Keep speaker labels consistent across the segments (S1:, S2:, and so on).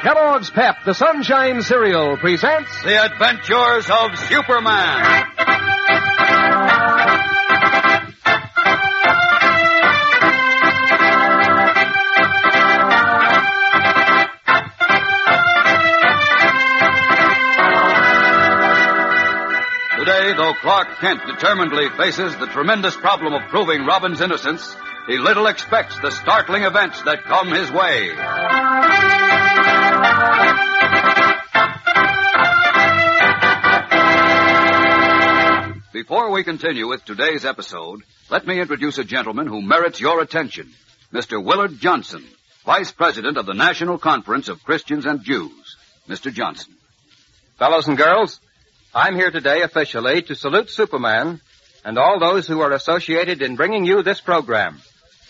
S1: Kellogg's Pep, the Sunshine Cereal, presents
S2: The Adventures of Superman.
S3: Today, though Clark Kent determinedly faces the tremendous problem of proving Robin's innocence, he little expects the startling events that come his way. Before we continue with today's episode, let me introduce a gentleman who merits your attention Mr. Willard Johnson, Vice President of the National Conference of Christians and Jews. Mr. Johnson.
S1: Fellows and girls, I'm here today officially to salute Superman and all those who are associated in bringing you this program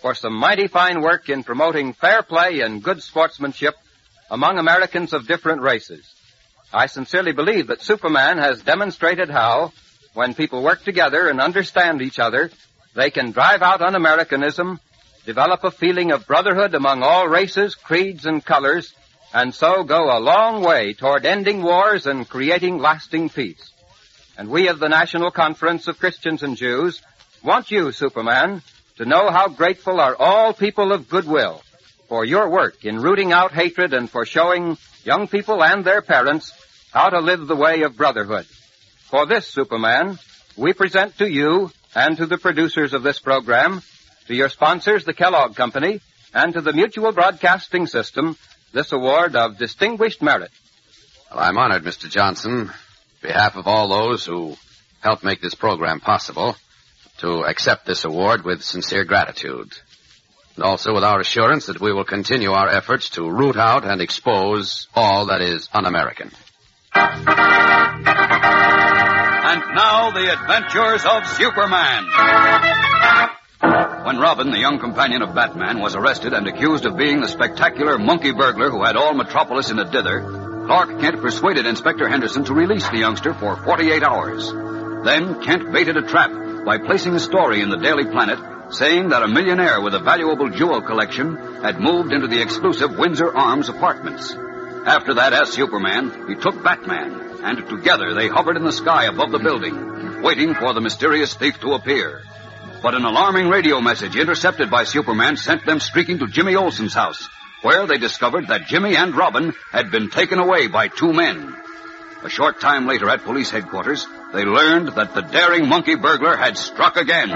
S1: for some mighty fine work in promoting fair play and good sportsmanship among Americans of different races. I sincerely believe that Superman has demonstrated how, when people work together and understand each other, they can drive out un-Americanism, develop a feeling of brotherhood among all races, creeds, and colors, and so go a long way toward ending wars and creating lasting peace. And we of the National Conference of Christians and Jews want you, Superman, to know how grateful are all people of goodwill for your work in rooting out hatred and for showing young people and their parents how to live the way of brotherhood. For this, Superman, we present to you and to the producers of this program, to your sponsors, the Kellogg Company, and to the Mutual Broadcasting System, this award of distinguished merit.
S4: Well, I'm honored, Mr. Johnson, on behalf of all those who helped make this program possible, to accept this award with sincere gratitude. And also with our assurance that we will continue our efforts to root out and expose all that is un-American.
S3: And now, the adventures of Superman. When Robin, the young companion of Batman, was arrested and accused of being the spectacular monkey burglar who had all Metropolis in a dither, Clark Kent persuaded Inspector Henderson to release the youngster for 48 hours. Then Kent baited a trap by placing a story in the Daily Planet saying that a millionaire with a valuable jewel collection had moved into the exclusive Windsor Arms apartments. After that, as Superman, he took Batman, and together they hovered in the sky above the building, waiting for the mysterious thief to appear. But an alarming radio message intercepted by Superman sent them streaking to Jimmy Olsen's house, where they discovered that Jimmy and Robin had been taken away by two men. A short time later at police headquarters, they learned that the daring monkey burglar had struck again.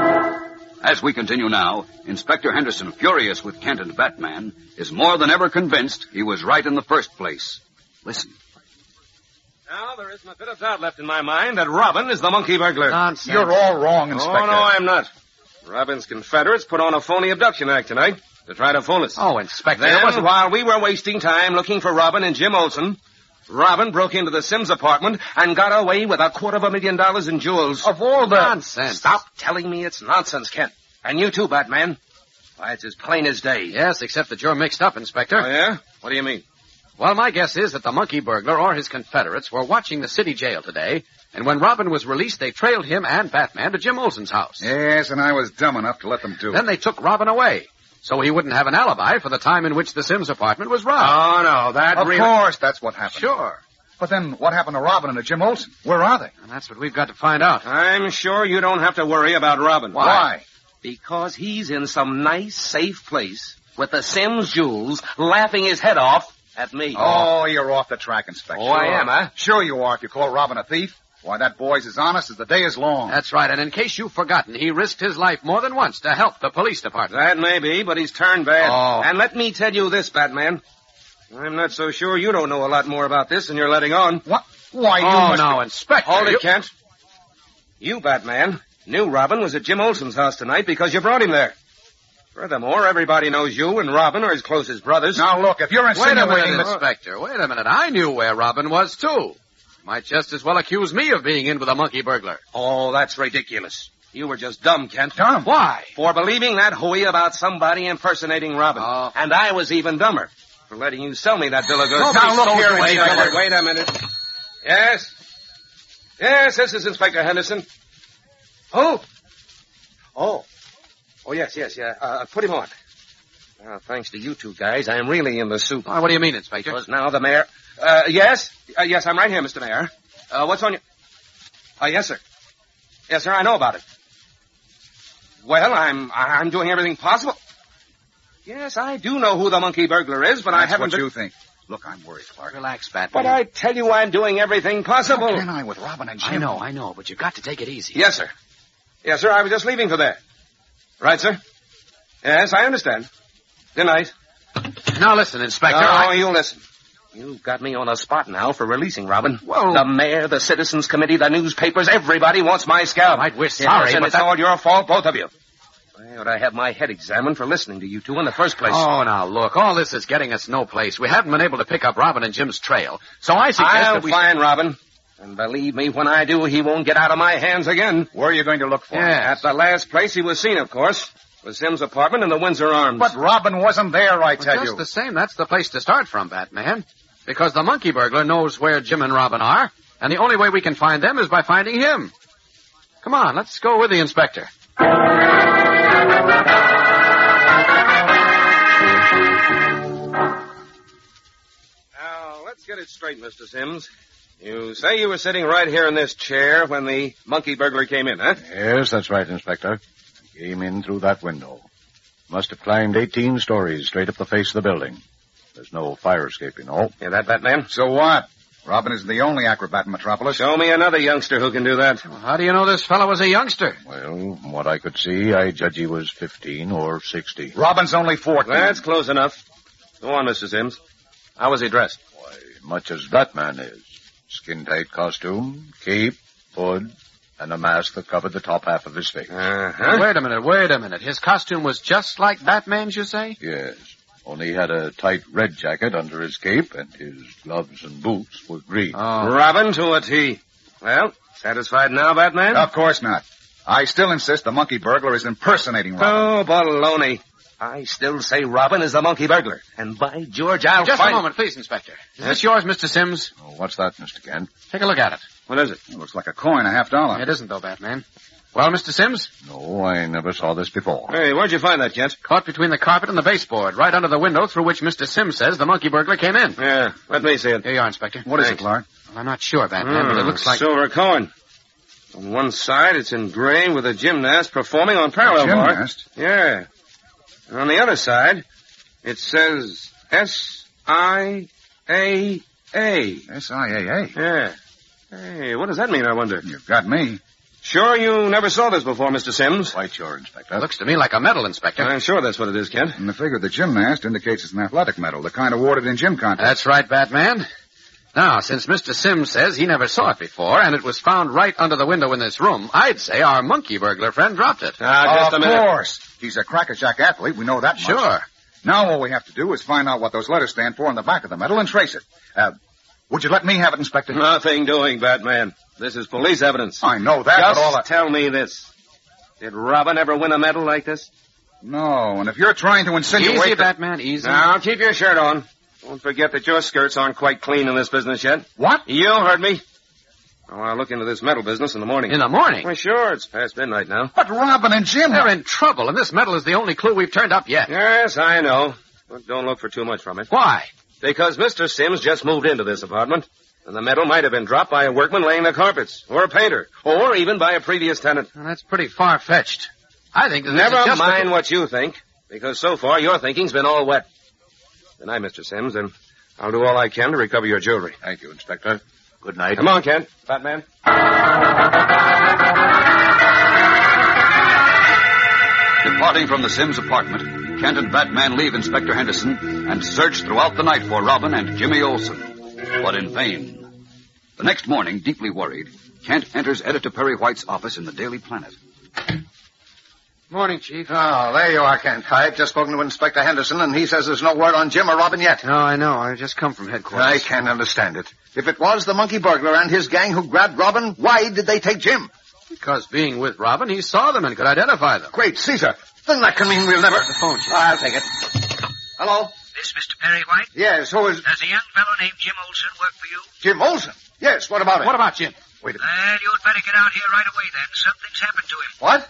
S3: As we continue now, Inspector Henderson, furious with Kent and Batman, is more than ever convinced he was right in the first place. Listen.
S2: Now, there isn't a bit of doubt left in my mind that Robin is the monkey burglar.
S4: Nonsense.
S5: You're all wrong, Inspector.
S2: Oh, no, I'm not. Robin's Confederates put on a phony abduction act tonight to try to fool us.
S4: Oh, Inspector,
S2: then,
S4: it wasn't...
S2: while we were wasting time looking for Robin and Jim Olson, Robin broke into the Sims apartment and got away with a quarter of a million dollars in jewels.
S4: Of all the... Nonsense.
S2: Stop telling me it's nonsense, Kent. And you too, Batman. Why, it's as plain as day.
S4: Yes, except that you're mixed up, Inspector.
S2: Oh, yeah? What do you mean?
S4: Well, my guess is that the monkey burglar or his Confederates were watching the city jail today, and when Robin was released, they trailed him and Batman to Jim Olsen's house.
S5: Yes, and I was dumb enough to let them do it.
S4: Then they took Robin away, so he wouldn't have an alibi for the time in which the Sims apartment was robbed.
S2: Oh, no, that
S5: Of
S2: really...
S5: course, that's what happened.
S4: sure.
S5: But then, what happened to Robin and to Jim Olsen? Where are they?
S4: And that's what we've got to find out.
S2: I'm sure you don't have to worry about Robin.
S4: Why?
S6: Because he's in some nice, safe place with the Sims Jules laughing his head off at me.
S5: Oh, you're off the track, Inspector.
S6: Oh, I am, huh?
S5: Sure you are. If you call Robin a thief, why that boy's as honest as the day is long.
S4: That's right, and in case you've forgotten, he risked his life more than once to help the police department.
S2: That may be, but he's turned bad.
S4: Oh.
S2: And let me tell you this, Batman. I'm not so sure you don't know a lot more about this than you're letting on.
S5: What? Why you?
S4: oh,
S5: must...
S4: no, Inspector.
S2: Hold
S4: you-
S2: it, Kent. You, Batman, knew Robin was at Jim Olson's house tonight because you brought him there.
S1: Furthermore, everybody knows you and Robin are his closest brothers.
S5: Now look, if you're
S4: Wait a
S5: insinuating
S4: minute,
S5: that-
S4: Inspector. Wait a minute. I knew where Robin was, too. Might just as well accuse me of being in with a monkey burglar.
S1: Oh, that's ridiculous. You were just dumb, Kent.
S5: Dumb?
S4: Why?
S1: For believing that hooey about somebody impersonating Robin.
S4: Oh.
S1: And I was even dumber for letting you sell me that bill of goods.
S4: Nobody
S1: now, look
S4: sold
S1: here,
S4: you any
S1: Inspector.
S4: bill.
S1: Wait a minute. Yes? Yes, this is Inspector Henderson. Who? Oh. Oh, yes, yes, yeah. Uh, put him on. Now, thanks to you two guys, I'm really in the soup.
S4: Why, what do you mean, Inspector?
S1: Because now the mayor. Uh, yes? Uh, yes, I'm right here, Mr. Mayor. Uh, what's on your. Uh, yes, sir. Yes, sir, I know about it. Well, I'm I- I'm doing everything possible. Yes, I do know who the monkey burglar is, but I
S5: That's
S1: haven't.
S5: what
S1: been-
S5: you think. Look, I'm worried, Clark.
S4: Relax, Batman.
S1: But I tell you, I'm doing everything possible.
S5: How can I with Robin and Jim?
S4: I know, I know, but you've got to take it easy.
S1: Yes, sir. Yes, sir. I was just leaving for there. Right, sir. Yes, I understand. Good night.
S4: Now listen, Inspector.
S1: oh,
S4: I-
S1: you listen. You've got me on the spot now for releasing Robin. Well, the mayor, the citizens committee, the newspapers, everybody wants my scalp.
S4: All right, we're
S1: Yes,
S4: sorry,
S1: and
S4: but
S1: it's
S4: that-
S1: all your fault, both of you. I ought to have my head examined for listening to you two in the first place.
S4: Oh, now look, all this is getting us no place. We haven't been able to pick up Robin and Jim's trail, so I suggest
S1: I'll
S4: that we.
S1: find Robin. And believe me, when I do, he won't get out of my hands again.
S5: Where are you going to look for him?
S1: At the last place he was seen, of course, was Sim's apartment in the Windsor Arms.
S5: But Robin wasn't there, I
S4: But
S5: tell
S4: just
S5: you.
S4: the same, that's the place to start from, Batman, because the monkey burglar knows where Jim and Robin are, and the only way we can find them is by finding him. Come on, let's go with the inspector.
S1: Now, let's get it straight, Mr. Sims. You say you were sitting right here in this chair when the monkey burglar came in, huh?
S7: Yes, that's right, Inspector. He Came in through that window. Must have climbed 18 stories straight up the face of the building. There's no fire Oh, escape, you know.
S1: Hear that, Batman?
S5: So what? Robin isn't the only acrobat in Metropolis.
S1: Show me another youngster who can do that.
S4: How do you know this fellow was a youngster?
S7: Well, from what I could see, I judge he was 15 or 16.
S5: Robin's only 14.
S1: That's close enough. Go on, Mr. Sims. How was he dressed?
S7: Why, much as that man is. Skin-tight costume, cape, hood, and a mask that covered the top half of his face.
S1: Uh-huh.
S4: Wait a minute, wait a minute. His costume was just like Batman's, you say?
S7: Yes. Only he had a tight red jacket under his cape, and his gloves and boots were green.
S4: Oh.
S1: Robin to a T. Well, satisfied now, Batman?
S5: Of course not. I still insist the monkey burglar is impersonating Robin.
S1: Oh, baloney. I still say Robin is the monkey burglar. And by George, I'll
S4: Just a
S1: find...
S4: moment, please, Inspector. Is this yours, Mr. Sims?
S7: Oh, what's that, Mr. Kent?
S4: Take a look at it.
S1: What is it?
S5: It looks like a coin, a half dollar.
S4: It isn't, though, Batman. Well, Mr. Sims,
S7: No, I never saw this before.
S1: Hey, where'd you find that, Kent?
S4: caught between the carpet and the baseboard, right under the window through which Mr. Sims says the monkey burglar came in.
S1: Yeah, let me see it.
S4: Here you are, Inspector.
S5: What is
S1: Thanks.
S5: it, Clark?
S4: Well, I'm not sure, Batman, but it
S1: Hmm,
S4: looks like...
S1: silver coin. On one side, it's in gray with a gymnast performing on parallel bar.
S5: Gymnast.
S1: Yeah. And on the other side, it says S I A A.
S5: S-I-A-A.
S1: Yeah. Hey, what does that mean? I wonder.
S5: You've got me.
S1: Sure, you never saw this before, Mr. Sims.
S7: Quite sure, Inspector.
S4: It looks to me like a medal, Inspector.
S1: I'm sure that's what it is, Kent.
S5: And the figure of the gymnast indicates it's an athletic medal, the kind awarded in gym contests.
S4: That's right, Batman. Now, since Mr. Sims says he never saw it before, and it was found right under the window in this room, I'd say our monkey burglar friend dropped it.
S1: Ah, just
S5: of
S1: a minute.
S5: course. He's a crackerjack athlete. We know that much.
S4: Sure.
S5: Now all we have to do is find out what those letters stand for on the back of the medal and trace it. Uh, would you let me have it, Inspector?
S1: Nothing doing, Batman. This is police evidence.
S5: I know that,
S1: Just
S5: but all that...
S1: tell me this. Did Robin ever win a medal like this?
S5: No, and if you're trying to insinuate...
S4: Easy,
S5: that-
S4: Batman, easy.
S1: Now, keep your shirt on. Don't forget that your skirts aren't quite clean in this business yet.
S5: What?
S1: You heard me. Oh, I'll look into this metal business in the morning.
S4: In the morning.
S1: Well, sure, it's past midnight now.
S5: But Robin and Jim...
S4: They're in trouble, and this medal is the only clue we've turned up yet.
S1: Yes, I know. But don't look for too much from it.
S4: Why?
S1: Because Mr. Sims just moved into this apartment, and the metal might have been dropped by a workman laying the carpets, or a painter, or even by a previous tenant.
S4: Well, that's pretty far-fetched. I think that this is
S1: Never
S4: just the-
S1: mind what you think, because so far your thinking's been all wet. Good night, Mr. Sims, and I'll do all I can to recover your jewelry.
S7: Thank you, Inspector. Good night.
S1: Come on, Kent. Batman.
S3: Departing from the Sims apartment, Kent and Batman leave Inspector Henderson and search throughout the night for Robin and Jimmy Olsen, but in vain. The next morning, deeply worried, Kent enters Editor Perry White's office in the Daily Planet.
S8: Morning, Chief.
S2: Oh, there you are, Kent. I've just spoken to Inspector Henderson, and he says there's no word on Jim or Robin yet.
S4: No, I know. I just come from headquarters.
S2: I can't understand it. If it was the monkey burglar and his gang who grabbed Robin, why did they take Jim?
S4: Because being with Robin, he saw them and could identify them.
S2: Great Caesar. Then that can mean we'll never... Ah,
S4: The phone, Chief.
S2: I'll take it. Hello?
S5: This Mr. Perry White?
S2: Yes, who is...
S5: Does a young fellow named Jim Olson work for you?
S2: Jim Olson. Yes, what about it?
S9: What about Jim?
S2: Wait a minute.
S5: Well, you'd better get out here right away then. Something's happened to him.
S2: What?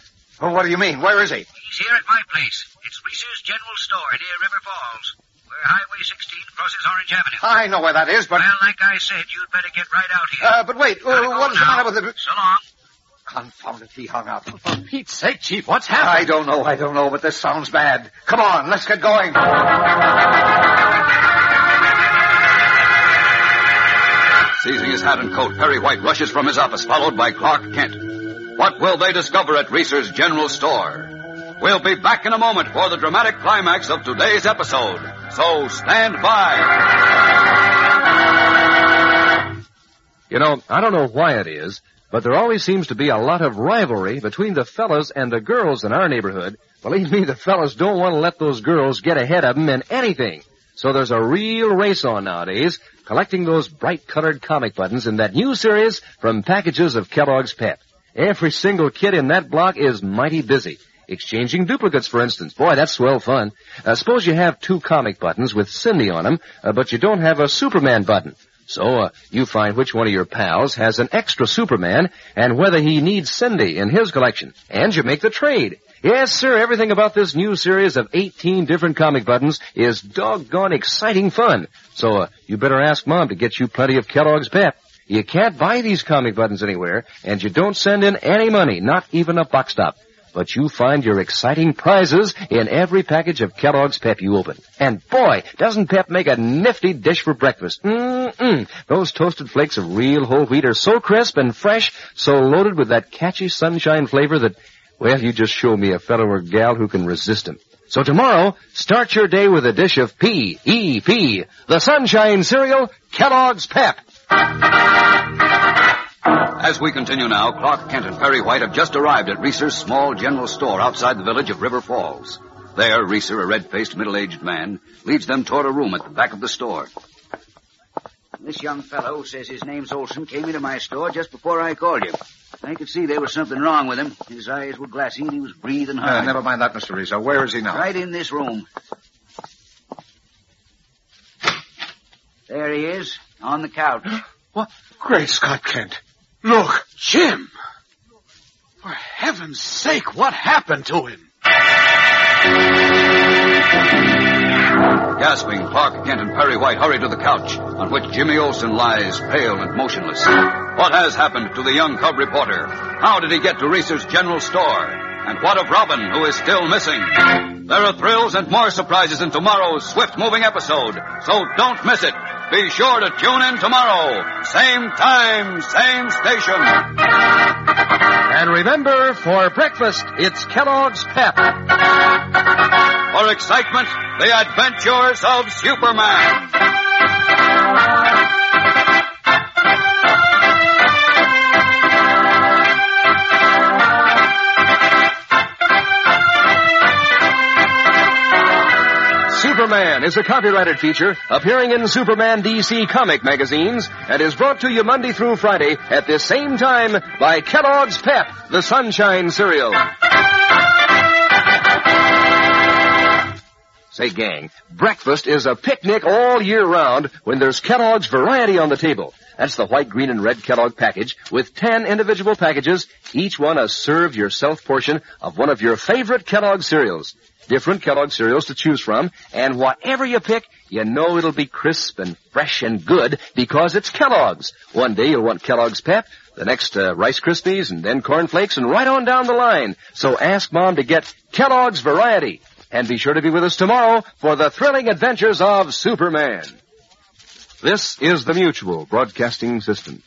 S2: Well, what do you mean? Where is he?
S5: He's here at my place. It's Reese's General Store near River Falls, where Highway 16 crosses Orange Avenue.
S2: I know where that is, but...
S5: Well, like I said, you'd better get right out here.
S2: Uh, but wait,
S5: Gotta
S2: uh,
S5: go
S2: what is the
S5: now.
S2: matter with the...
S5: So long.
S2: Confound it, he hung up.
S9: For Pete's sake, Chief, what's happened?
S2: I don't know, I don't know, but this sounds bad. Come on, let's get going.
S3: Seizing his hat and coat, Perry White rushes from his office, followed by Clark Kent. What will they discover at Reese's General Store? We'll be back in a moment for the dramatic climax of today's episode. So stand by.
S1: You know, I don't know why it is, but there always seems to be a lot of rivalry between the fellas and the girls in our neighborhood. Believe me, the fellas don't want to let those girls get ahead of them in anything. So there's a real race on nowadays, collecting those bright colored comic buttons in that new series from packages of Kellogg's Pep. Every single kid in that block is mighty busy. Exchanging duplicates, for instance. Boy, that's swell fun. Uh, suppose you have two comic buttons with Cindy on 'em, uh, but you don't have a Superman button. So uh, you find which one of your pals has an extra Superman and whether he needs Cindy in his collection. And you make the trade. Yes, sir, everything about this new series of 18 different comic buttons is doggone exciting fun. So uh, you better ask Mom to get you plenty of Kellogg's Pep. You can't buy these comic buttons anywhere, and you don't send in any money, not even a box stop. But you find your exciting prizes in every package of Kellogg's Pep you open. And boy, doesn't Pep make a nifty dish for breakfast. Mm-mm. Those toasted flakes of real whole wheat are so crisp and fresh, so loaded with that catchy sunshine flavor that, well, you just show me a fellow or gal who can resist 'em. So tomorrow, start your day with a dish of P-E-P, the sunshine cereal, Kellogg's Pep.
S3: As we continue now, Clark Kent and Perry White have just arrived at Reeser's small general store outside the village of River Falls. There, Reeser, a red-faced middle-aged man, leads them toward a room at the back of the store.
S5: This young fellow who says his name's Olson came into my store just before I called you. I could see there was something wrong with him. His eyes were glassy and he was breathing
S2: Uh,
S5: hard.
S2: never mind that, Mr. Rizzo. Where is he now?
S5: Right in this room. There he is, on the couch.
S2: Great Scott, Kent.
S9: Look, Jim! For heaven's sake, what happened to him?
S3: Gasping, Clark Kent and Perry White hurry to the couch on which Jimmy Olsen lies pale and motionless. What has happened to the young cub reporter? How did he get to Reese's general store? And what of Robin, who is still missing? There are thrills and more surprises in tomorrow's swift moving episode, so don't miss it. Be sure to tune in tomorrow. Same time, same station.
S1: And remember, for breakfast, it's Kellogg's Pep.
S3: For excitement, the adventures of Superman.
S1: Superman is a copyrighted feature appearing in Superman DC comic magazines and is brought to you Monday through Friday at this same time by Kellogg's Pep, the Sunshine Cereal. Say, gang, breakfast is a picnic all year round when there's Kellogg's variety on the table. That's the white, green, and red Kellogg package with ten individual packages, each one a serve yourself portion of one of your favorite Kellogg cereals. Different Kellogg cereals to choose from, and whatever you pick, you know it'll be crisp and fresh and good because it's Kellogg's. One day you'll want Kellogg's Pep, the next uh, Rice Krispies, and then Corn Flakes, and right on down the line. So ask Mom to get Kellogg's variety. And be sure to be with us tomorrow for the thrilling adventures of Superman. This is the Mutual Broadcasting System.